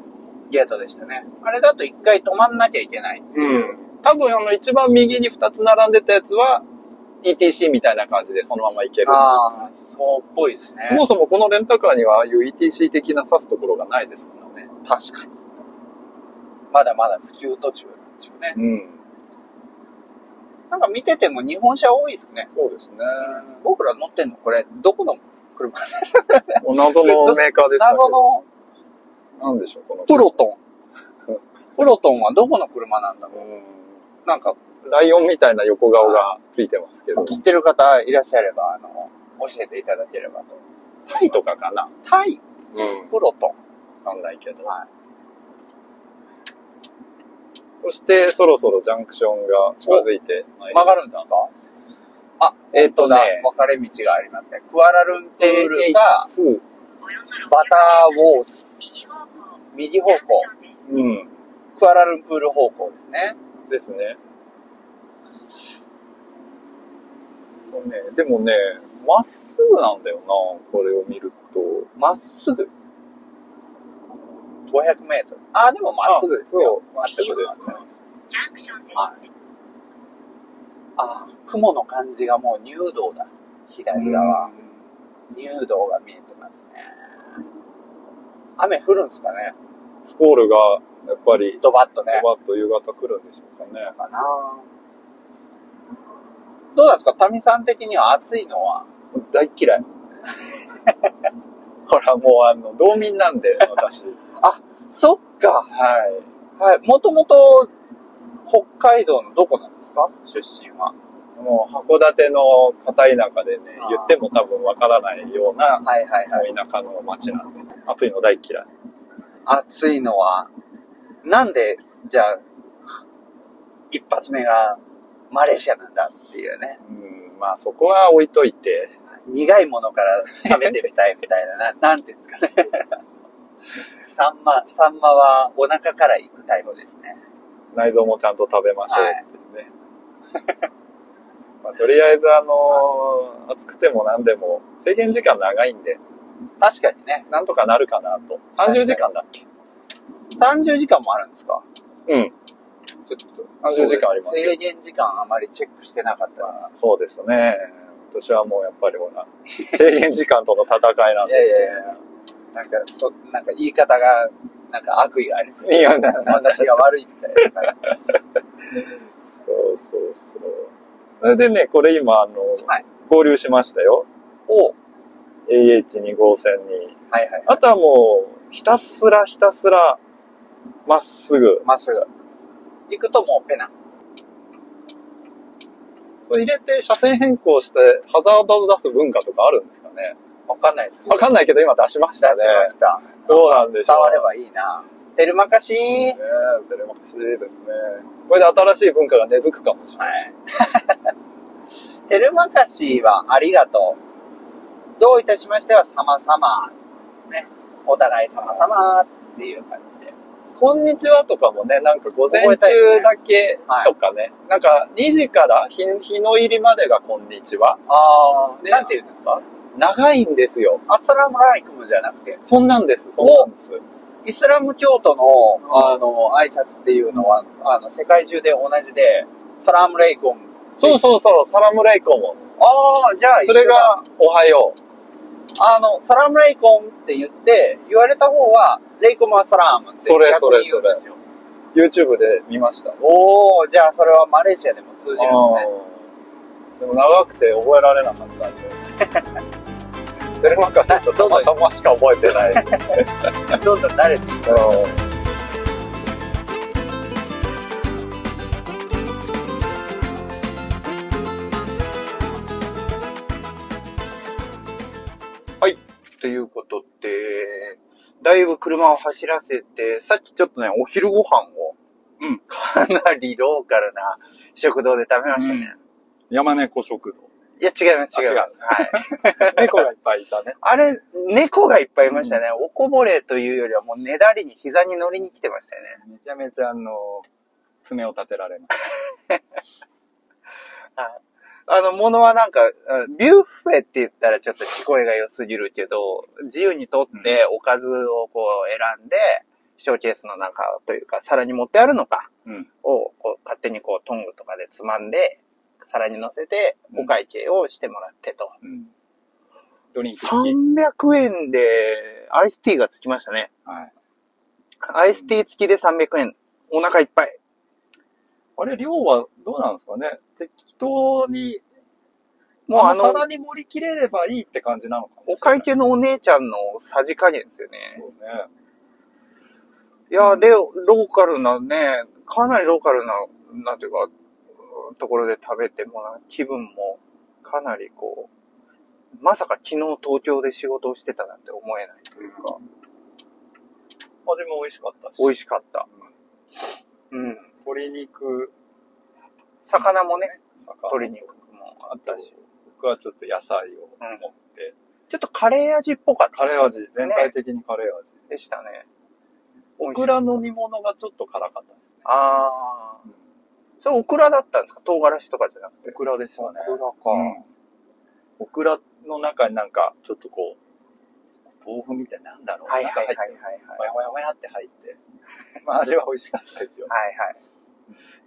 S1: ゲートでしたね。あれだと一回止まんなきゃいけない。
S2: うん。多分あの一番右に2つ並んでたやつは ETC みたいな感じでそのまま行けるんでしょ
S1: ああ、そうっぽいですね。
S2: そもそもこのレンタカーにはああいう ETC 的な指すところがないですからね。
S1: 確かに。まだまだ普及途中なんですよね。
S2: うん。
S1: なんか見てても日本車多いですね。
S2: そうですね。
S1: 僕ら乗ってんのこれ、どこの車
S2: お謎のメーカーでしたけ
S1: 謎
S2: ど。
S1: の
S2: なんでしょう、その。
S1: プロトン。プロトンはどこの車なんだろ
S2: う
S1: うなんか、
S2: ん。ライオンみたいな横顔がついてますけど。
S1: 知ってる方いらっしゃれば、あの、教えていただければと。
S2: タイとかかな
S1: タイ
S2: うん。
S1: プロトン。
S2: わかんないけど。
S1: はい
S2: そして、そろそろジャンクションが近づいてまいりま
S1: 曲がるん
S2: し
S1: で
S2: た
S1: す。かあ、
S2: え
S1: え
S2: っ
S1: っ、
S2: と
S1: と
S2: ね
S1: ね、分かれ道がありますね。クアラルンプールか、
S2: AH2。
S1: バターウォース、
S3: 右方向、
S1: 右方向、
S2: うん。
S1: クアラルンプール方向ですね。
S2: ですね。これねでもね、まっすぐなんだよな、これを見ると。
S1: まっすぐ。500メートル。あ、でもまっすぐですよ。
S2: あそうまっすぐですね。
S3: ジャンクションです。
S1: ああ雲の感じがもう入道だ。左側。入道が見えてますね。雨降るんですかね
S2: スコールが、やっぱり、
S1: ドバッとね。
S2: ドバッと夕方来るんでしょうかね。
S1: かなどうなんですかタミさん的には暑いのは
S2: 大嫌い。ほら、もうあの、道民なんで、私。
S1: そっか。
S2: はい。
S1: はい。もともと、北海道のどこなんですか出身は。
S2: もう函館の片田舎でね
S1: あ、ー
S2: 言っても多分わからないような、
S1: はいはいはい。
S2: 田舎の町なんで、暑いの大嫌い。
S1: 暑いのは、なんで、じゃあ、一発目がマレーシアなんだっていうね。
S2: うん、まあそこは置いといて、
S1: 苦いものから食べてみたいみたいな、な なんていうんですかね。サンマ、サンマはお腹から行くタイプですね。
S2: 内臓もちゃんと食べましょうってい うね。まあ、とりあえず、あのー暑くても何でも、制限時間長いんで、
S1: 確かにね。
S2: なんとかなるかなと。30時間だっけ
S1: 30時間もあるんですか
S2: うん。
S1: ちょっと。
S2: 30時間ありますよ
S1: 制限時間あまりチェックしてなかったです。
S2: そうですね。私はもうやっぱりほら、制限時間との戦いなん
S1: いやい
S2: で
S1: やいや。なんか、そ、なんか言い方が、なんか悪意があります
S2: いやな
S1: 私が悪いみた いな。
S2: す。そうそうそう。それでね、これ今、あの、
S1: はい
S2: 合流しましたよ。
S1: おはい
S2: AH2 号線に。
S1: はいはい。
S2: あとはもう、ひたすらひたすら、まっすぐ。
S1: まっすぐ。行くともうペナ。
S2: これ入れて車線変更して、ハザードを出す文化とかあるんですかね
S1: わかんないですけど。
S2: わかんないけど今出しまし
S1: 出した
S2: ね。
S1: ました。
S2: どうなんでしょ
S1: 伝
S2: う。
S1: わればいいな。テルマカシー
S2: ねえ、テレマクシですね。これで新しい文化が根付くかもしれない。
S1: はい。 テルマカシーはありがとう。どういたしましては様々。ね。お互い様々っていう感じで。
S2: こんにちはとかもね、なんか午前中だけとかね、なんか2時から日日の入りまでがこんにちは。
S1: あ
S2: ね
S1: なんて言うんですか
S2: 長いんですよ。
S1: アッサラムアライクムじゃなくて、
S2: そんなんです、そんなんです。
S1: イスラム教徒の、あの、挨拶っていうのは、あの、世界中で同じで、サラムレイコン。
S2: そうそうそう、サラムレイコンも。
S1: ああ、じゃあ一緒
S2: そ
S1: だ
S2: れが、おはよう。
S1: あの、サラムレイコンって言って、言われた方は、レイコムはサラームって
S2: それ
S1: 逆に言うんですよ。
S2: YouTube で見ました。
S1: おー、じゃあそれはマレーシアでも通じるんですね。
S2: でも長くて覚えられなかったんで。 テレマカセットたまたましか覚えてない。
S1: どんどん慣れていく。
S4: ということで、だいぶ車を走らせて、さっきちょっとね、お昼ご飯を、
S2: うん
S4: かなりローカルな食堂で食べましたね。
S2: 山猫食堂。
S4: いや、違います、違い
S2: あ違う
S4: ます。はい。
S2: 猫がいっぱいいたね。
S4: あれ、猫がいっぱいいましたね。おこぼれというよりはもうねだりに膝に乗りに来てましたよね。
S2: めちゃめちゃあの、爪を立てられない。
S4: あの、ものはなんか、うんビュッフェって言ったらちょっと聞こえが良すぎるけど、自由に取っておかずをこう選んで、ショーケースの中というか、皿に持ってあるのか
S2: うん
S4: をこう勝手にこうトングとかでつまんで、
S5: 皿に乗せて、お会計をしてもらってと。
S2: うん。ドリンク付き。
S5: 300円で、アイスティーがつきましたね。
S2: はい。
S5: アイスティー付きで300円。お腹いっぱい。
S2: あれ、量はどうなんですかね適当に、
S5: もうあ
S2: の
S5: の、
S2: 皿に盛り切れればいいって感じなのかもしれない
S5: お会計のお姉ちゃんのさじ加減ですよね。
S2: そうね。
S5: いやー、で、ローカルなね、かなりローカルな、なんていうか、うんところで食べてもらう気分も、かなりこう、まさか昨日東京で仕事をしてたなんて思えないというか、
S2: 味も美味しかったし。
S5: 美味しかった。うん。
S2: 鶏肉、
S5: 魚もね、
S2: 魚
S5: 鶏肉もあ
S2: あ
S5: っ
S2: ったた
S5: し
S2: し。。僕はちょっと野菜を
S5: うん
S2: 持って、
S5: ちょっとカレー味っぽかった。
S2: カレー味、全体的にカレー味。
S5: でしたね。
S2: オクラの煮物がちょっと辛かったですね。
S5: あー。それオクラだったんですか唐辛子とかじゃなくて。
S2: オクラでしたね。
S5: ラか。
S2: うんオクラの中になんか、ちょっとこう、豆腐みたいななんだろう、
S5: はいはいはいはい
S2: なんか入って、
S5: はい
S2: ほ。やほやほやって入って、まあ味は美味しかったですよ。
S5: はいはい。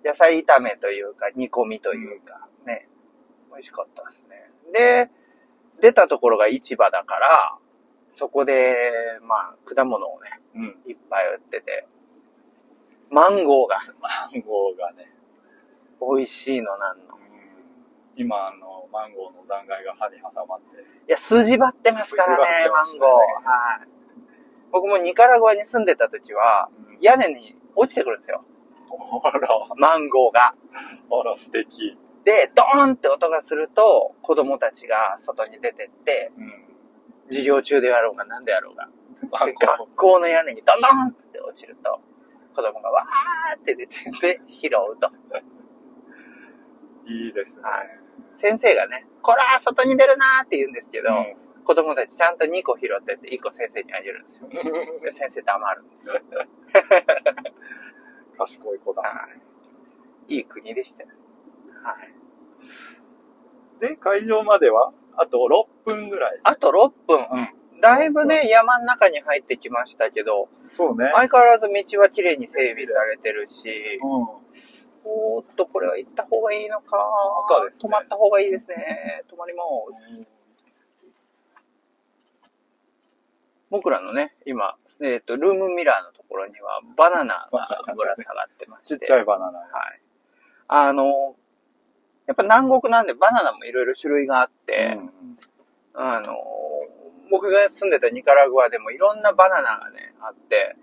S5: 野菜炒めというか、煮込みというか、ね。美味しかったですね。で、出たところが市場だから、そこで、まあ、果物をね、
S2: うん。
S5: いっぱい売ってて、マンゴーが
S2: マンゴーがね、
S5: 美味しいのなんの。
S2: 今あの、マンゴーの残骸が歯に挟まって、
S5: いや、筋張ってますから
S2: 筋張っ
S5: ね、
S2: て
S5: マ
S2: ま
S5: ン
S2: した
S5: ゴー。
S2: ね
S5: はい。僕もニカラグアに住んでた時は、
S2: いや、
S5: 屋根に落ちてくるんですよ。
S2: あら、
S5: マンゴーが。
S2: あら素敵。
S5: で、ドーンって音がすると、子供たちが外に出てって、
S2: うん。
S5: 授業中であろうが何であろうが、
S2: マンゴー。
S5: 学校の屋根にドンドンって落ちると、子供がわーって出てって拾うと。
S2: いいですね。
S5: はい先生がね、こらー外に出るなーって言うんですけど、
S2: うん
S5: 子供たちちゃんと2個拾ってって1個先生にあげるんですよ。で先生黙るんですよ。
S2: 賢い子だ。
S5: はい。いい国でしたよ。はい。
S2: で、会場までは、あと6分ぐらい。
S5: あと6分。だいぶね、山の中に入ってきましたけど、
S2: そうね。
S5: 相変わらず道は綺麗に整備されてるし、
S2: うん。
S5: おーっと、これは行った方がいいのか。
S2: 赤ですね
S5: 止まった方がいいですね。止まります。僕らのね、今、えっ、と、ルームミラーのところには、バナナがぶら下がってま
S2: ち
S5: し。
S2: ってちゃいバナナ。
S5: はい。あの、やっぱ南国なんでバナナもいろいろ種類があって、
S2: うん
S5: あの、僕が住んでたニカラグアでもいろんなバナナがね、あって、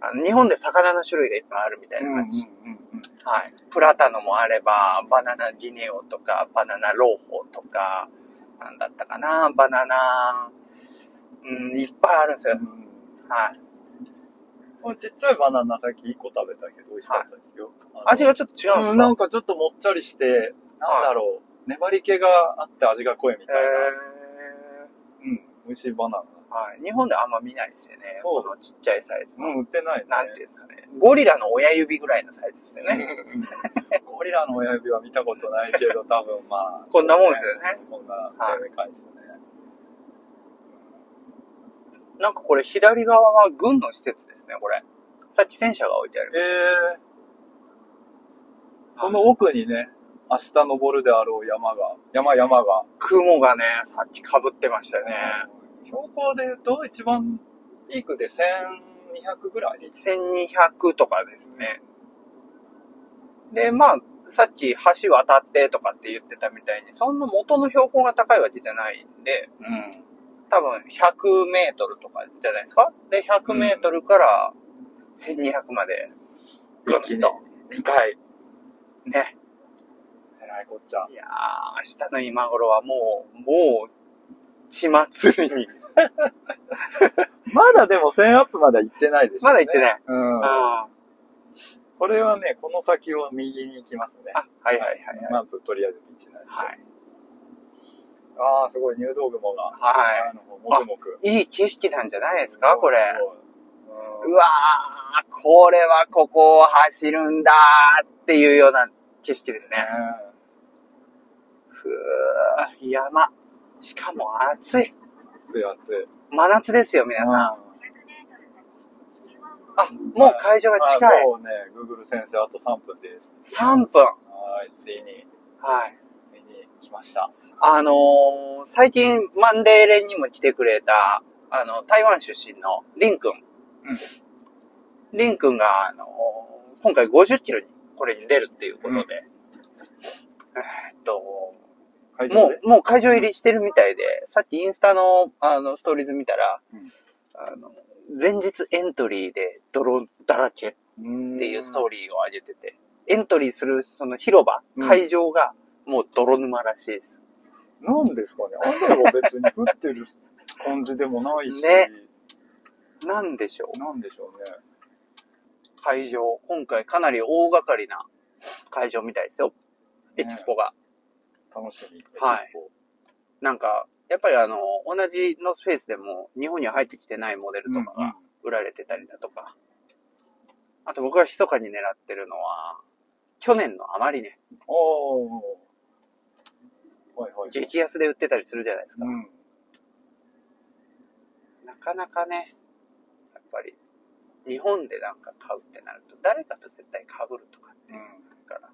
S5: あの日本で魚の種類がいっぱいあるみたいな感じ。はい。プラタノもあれば、バナナギネオとか、バナナローホとか、なんだったかな、バナナ、うん、いっぱいあるんですよ。はい。
S2: このちっちゃいバナナさっき1個食べたけど美味しかったですよ。
S5: 味がちょっと違うんで
S2: う
S5: す
S2: ん、
S5: か、
S2: なんかちょっともっちゃりして、なんだろう、粘り気があって味が濃いみたいな。うん、美味しいバナ
S5: えー、はい。日本ではあんま見ないですよね。
S2: そう
S5: このちっちゃいサイズ
S2: ナ。
S5: の。
S2: うん、売ってないね。
S5: なんていうんですかね。ゴリラの親指ぐらいのサイズですよね。
S2: うんゴリラの親指は見たことないけど、多分ま あ。
S5: こんなもんですよね。
S2: こんな、でかいですね。
S5: なんかこれ左側は軍の施設ですね、これ。さっき戦車が置いてある。
S2: ええその奥にね、明日登るであろう山が、山山が、
S5: 雲がね、さっき被ってましたよね。
S2: 標高で言うと一番ピークで1200ぐらい
S5: 1200とかですね。で、まあ、さっき橋渡ってとかって言ってたみたいに、そんな元の標高が高いわけじゃないんで、
S2: うん。
S5: 多分100メートルとかじゃないですかで、100メートルから1200まで、ぐっ
S2: 一気に
S5: と、2回。ね。
S2: えらいこっちゃ。
S5: いやー、明日の今頃はもう、もう、血祭りに。
S2: まだでも1000アップまだ行ってないでしょ、
S5: まだ行ってない。
S2: うん
S5: うん。。あ、
S2: これはね、この先を右に行きますね。
S5: はいはいはいはい。
S2: まずとりあえず道なり。
S5: はい。
S2: ああ、すごい入道雲が。
S5: は
S2: あの、もくもく。
S5: い。いい景色なんじゃないですかこれ。
S2: すごい。
S5: うわー、これはここを走るんだーっていうような景色ですね。ふー、山。しかも暑い。
S2: 熱い熱い。
S5: 真夏ですよ、皆さん。あ、
S3: 100m 先右方向
S5: もう会場が近い
S2: あ。もうね、Google 先生あと3分です。
S5: 3分。
S2: はい、ついに。
S5: はい。
S2: 見に来ました。
S5: あのー最近、マンデー連にも来てくれた、あの、台湾出身のリン君。ん。リン君が、あのー今回50キロにこれに出るっていうことで、えーっと、
S2: 会場
S5: も
S2: で。
S5: う、もう会場入りしてるみたいで、さっきインスタの、あの、ストーリーズ見たら、
S2: うん
S5: あの、前日エントリーで泥だらけっていうストー
S2: リ
S5: リーを上げてて、エントリーするその広場、
S2: うん
S5: 会場がもう泥沼らしいです。
S2: ー。なんですかね雨は別に降ってる感じでもないし、
S5: ねなんでしょう
S2: なんでしょうね。
S5: 会場。今回かなり大掛かりな会場みたいですよ。エキスポが。
S2: 楽しみ。
S5: はい
S2: エキスポ
S5: なんか、やっぱりあの、同じのスペースでも日本には入ってきてないモデルとかが売られてたりだとか。あと僕が密かに狙ってるのは、去年のあまりね、
S2: おー。はいはい。
S5: 激安で売ってたりするじゃないですか。
S2: うん。
S5: なかなかね、やっぱり、日本でなんか買うってなると、誰かと絶対被るとかっていうから。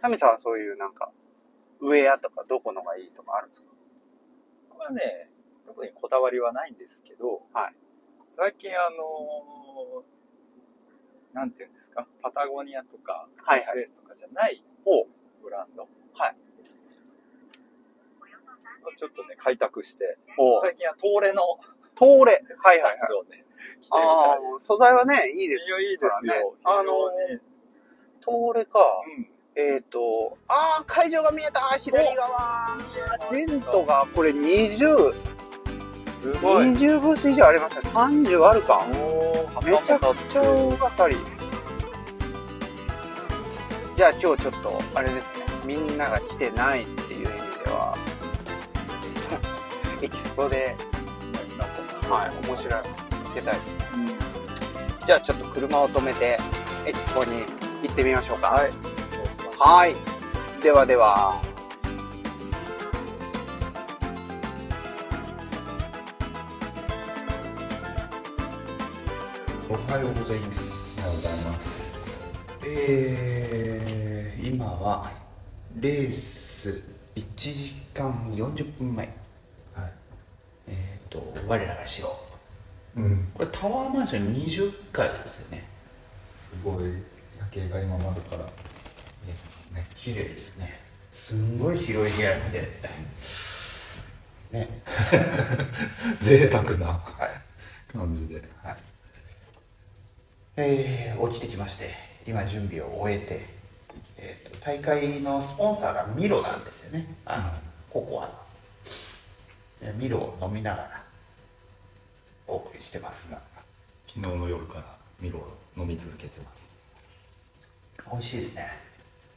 S5: タミさんはそういうなんか、ウェアとかどこのがいいとかあるんですか
S2: 僕はね、特にこだわりはないんですけど、
S5: はい
S2: 最近あのーなんていうんですか、パタゴニアとか、
S5: はい
S2: ス
S5: はい。
S2: ペースとかじゃない
S5: お
S2: ブランドをち
S3: ち
S2: ょ
S3: ょ
S2: っ
S3: っ
S2: と
S3: と
S2: ね
S3: ね、、
S2: 開
S3: 開拓
S2: 拓して、
S5: おう
S2: 最近は東レの
S5: トーレ。はいは
S2: や
S5: いはい。
S2: つをね、着てみた
S5: あ
S2: い。
S5: あ、素材はね、いいです
S2: い。やいいですよ。
S5: あの
S2: 非
S5: トーレか。
S2: 常に
S5: えっ、と、ああ、会場が見えた左側テントがこれ20、
S2: うん、すごい。
S5: 20ブース以上ありますね。30あるか。
S2: おー
S5: めちゃくちゃ大掛かり。じゃあ今日ちょっと、あれですね、みんなが来てないっていう意味では、 エキスポで、はい、面白い、つけたい。じゃあちょっと車を止めて、エキスポに行ってみましょうか。はい。
S2: そうしましょう
S5: はい。ではでは。
S6: おはようございます。おはようございます。えー、今はレース1時間40分前。はい。えっ、ー、と、我らが城。
S7: うん、
S6: これタワーマンション20階ですよね。
S7: すごい夜景が今窓から見えてますね。
S6: 綺麗ですね。すんごい広い部屋で。ね。
S7: 贅沢な感じで。
S6: はい。えー、起きてきまして、今準備を終えて、えー、と大会のスポンサーがミロなんですよね、あの、ココアの。えーミロを飲みながらお送りしてますが、
S7: 昨日の夜からミロを飲み続けてます。
S6: 美味しいですね。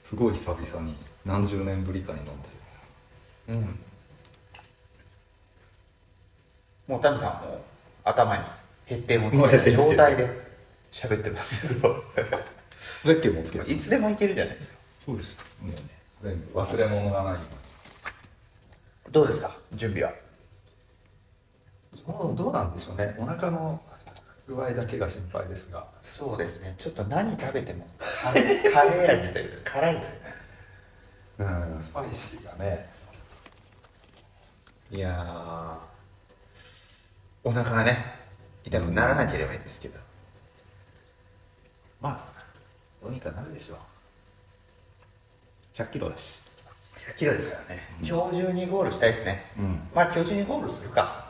S7: すごい久々に何十年ぶりかに飲んで
S6: うん。もうタミさんも頭にヘッテンをつけた状態で喋ってますけど、
S7: る。ゼッケンもつけて
S6: いつでもいけるじゃないですか。
S7: そうです。もうね、全部忘れ物がないよ
S6: どうですか、準備は。
S7: うに。もうどうなんでしょうね。お腹の具合だけが心配ですが。
S6: そうですね。ちょっと何食べてもカレーカレー味というか辛いですね。
S7: うん、スパイシーがね。
S6: いやー、お腹がね痛くならなければいいんですけど。
S7: まあ、どうにかなるでしょう。100キロだし。
S6: 100キロですからね。今日中にゴールしたいですね。
S7: うん
S6: まあ今日中にゴールするか。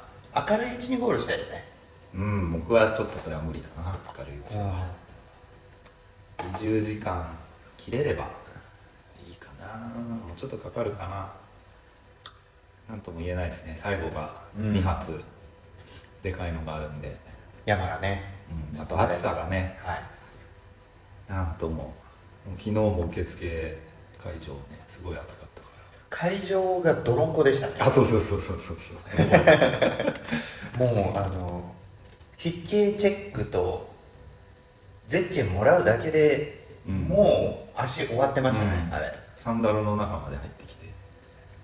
S6: 明るいうちにゴールしたいですね。
S7: うん、僕はちょっとそれは無理かな、明るいうちに。20時間切れればいいかなもうちょっとかかるかななんとも言えないですね最後が
S6: うん
S7: 2発、でかいのがあるんで、
S6: 山がね。
S7: うん、あと暑さがね
S6: はい。
S7: なんとももう昨日も受付会場ねすごい暑かったか
S6: 会場が泥んこでしたね
S7: らあそうそうそうそうそうそう
S6: もうあの筆形チェックとゼッケンもらうだけで、
S7: うん
S6: もう足終わってましたね、
S7: うん
S6: あれ
S7: サンダルの中まで入ってきて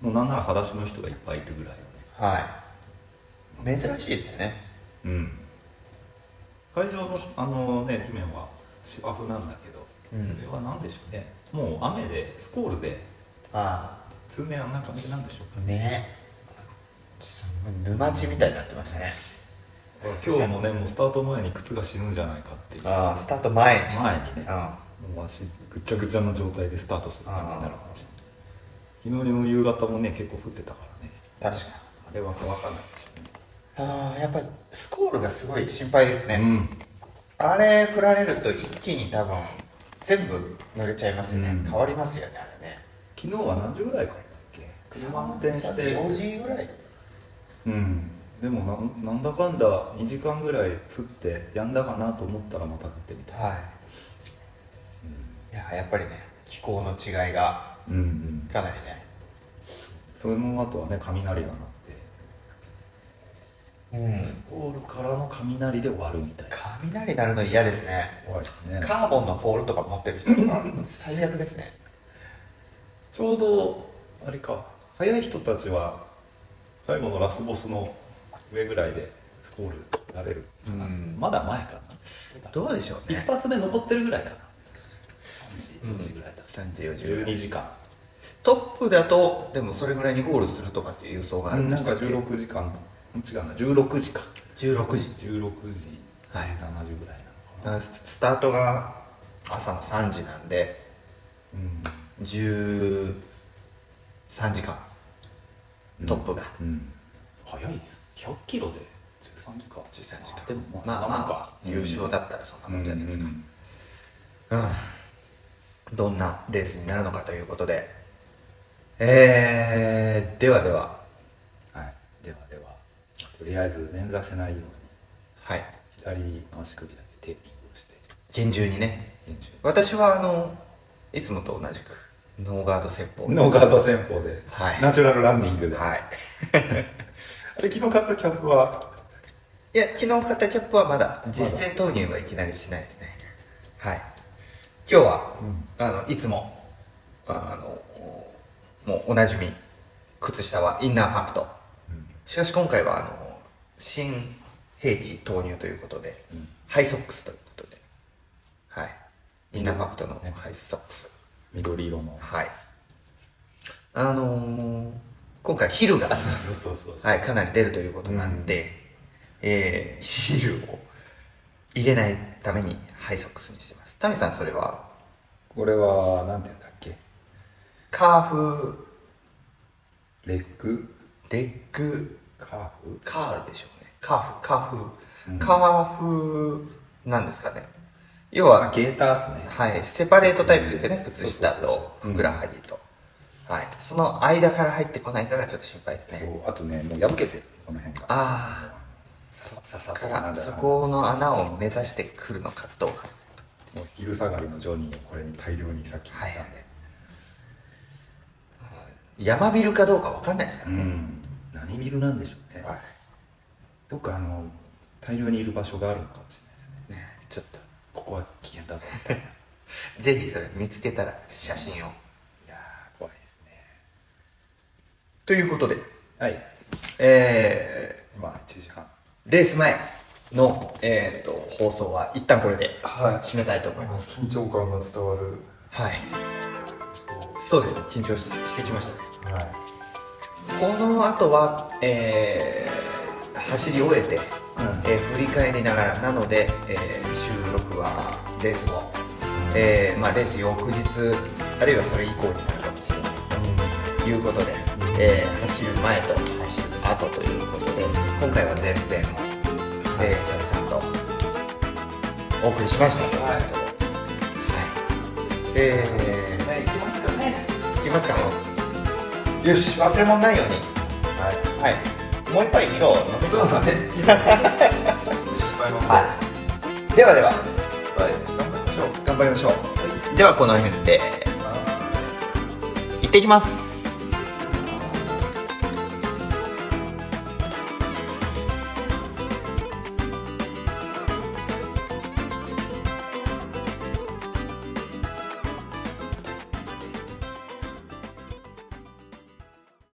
S7: もうなんなら裸足の人がいっぱいいるぐらいのね
S6: はい珍しいですよね
S7: うん会場のあのね地面は芝生なんだけど、
S6: うん
S7: これは何でしょうねもう雨でスコールで
S6: あ
S7: 通年あんな感じなんでしょうか
S6: あねすごい沼地みたいになってましたね
S7: 今日のねもうスタート前に靴が死ぬんじゃないかっていう
S6: ああスタート前に
S7: 前にね
S6: あ
S7: もう足ぐっちゃぐちゃの状態でスタートする感じになるかもしれない昨日の夕方もね結構降ってたからね
S6: 確か
S7: あれは乾かないでし
S6: にああやっぱりスコールがすごい心配ですね、
S7: ょうね
S6: あれ振られると一気に多分全部濡れちゃいますよね、
S7: うん
S6: 変わりますよねあれね
S7: 昨日は何時ぐらいからだっけ車運転して
S6: 4時ぐらい
S7: うんでもななんだかんだ2時間ぐらい降ってやんだかなと思ったらまた降ってみたい
S6: はい、いややっぱりね気候の違いが
S7: うんうん
S6: かなりね
S7: その後はね雷が鳴って
S6: うん
S7: スコールからの雷で終わるみたいな
S6: 雷鳴るの嫌ですね
S7: 怖いですね
S6: カーボンのポールとか持ってる人とか最悪ですね
S7: ちょうどあれか早い人たちは最後のラスボスの上ぐらいでスコールられるかな、
S6: うん
S7: まだ前かな
S6: どうでしょう
S7: 一
S6: ね
S7: 発目残ってるぐらいかな3時
S6: うん
S7: 4時ぐらいだ、
S6: 3時4時ぐら
S7: 12
S6: い
S7: 時間
S6: トップだとでもそれぐらいにゴールするとかっていう予想があるんで
S7: な
S6: し
S7: んか
S6: たっけ
S7: 16時間違うな16時間
S6: 16時
S7: 16時
S6: はい
S7: 70ぐらいなのかな、
S6: だからススタートが朝の3時なんで
S7: うん
S6: 13時間トップが、
S7: うん早いです100キロで13時間13時間でも
S6: まあ
S7: そんなも
S6: ま
S7: ん
S6: あ優勝だったらそんなもんじゃないですか、
S7: うん
S6: うんどんなレースになるのかということでえー、ではでは
S7: はい、ではではとりあえず捻挫しないように
S6: はい
S7: 左の足首だけテーピングをして
S6: 厳重にね
S7: 厳重に
S6: 私はあのいつもと同じくノーガード戦法
S7: ノーガード戦法で、
S6: はい
S7: ナチュラルランニングで、
S6: はい
S7: あれ昨日買ったキャップはい
S6: や、昨日買ったキャップはまだ実践投入はいきなりしないですね。はい。今日は、あの、いつも、あの、もうおなじみ、靴下はインナーファクト。しかし今回は、あの、新兵器投入ということで、ハイソックスということで、はい。インナーファクトのハイソックス。
S7: 緑色の
S6: はい。あのー今回ヒルが、
S7: そうそうそうそうそう、
S6: はい、かなり出るということなんで、えー、ヒールを入れないためにハイソックスにしてます。タミさん、それは、
S7: これはなんて言うんだっけ
S6: カーフ、
S7: レッグ
S6: レッグ、
S7: カーフ
S6: カールでしょうね。カーフ、カーフ、カーフ、なんですかね。要
S7: あ
S6: は、
S7: ゲーターっすね
S6: はい、セパレートタイプですよね。
S7: そうそうそ
S6: 靴
S7: うそう
S6: 下と、ふくらはぎと。はい。その間から入ってこないかがちょっと心配です
S7: そ
S6: ね。
S7: うあとねもう破けてるこの辺が
S6: あ
S7: さささ
S6: あ、
S7: と
S6: か
S7: な
S6: ら、
S7: んだ
S6: そこの穴を目指してくるのかどうか。
S7: もう昼下がりのジョニーをこれに大量にさっき入ったんで、
S6: 山ビルかどうかわかんないですか
S7: う
S6: らね。
S7: ん何ビルなんでしょうね、
S6: はい、
S7: どっかあの大量にいる場所があるのかもしれないですね
S6: ねちょっと
S7: ここは危険だぞみ たいない
S6: ぜひそれ見つけたら写真を
S7: やー怖いですね
S6: ということで
S7: はい
S6: え
S7: 今1時半
S6: ー、レース前の、えー、と放送は一旦これで
S8: はい
S6: 締めたいと思います、
S8: 緊張感が伝わる
S6: はいそうですね緊張ししてきました
S8: は
S6: ね
S8: い
S6: この後は、えー走り終えて、えー振り返りながらなので、えー収録はレース後、えーまあ、レース翌日あるいはそれ以降になるかもしれないということで、えー走る前と走る後ということで今回は前編をえー、チャルさんとお送りしましたということで、はいえーいきますかねいきますかよし忘れ物ないようにはい、もう一杯見ろ飲みそうだねはいではでは、頑張りましょう頑張りましょうではこの辺で行ってきます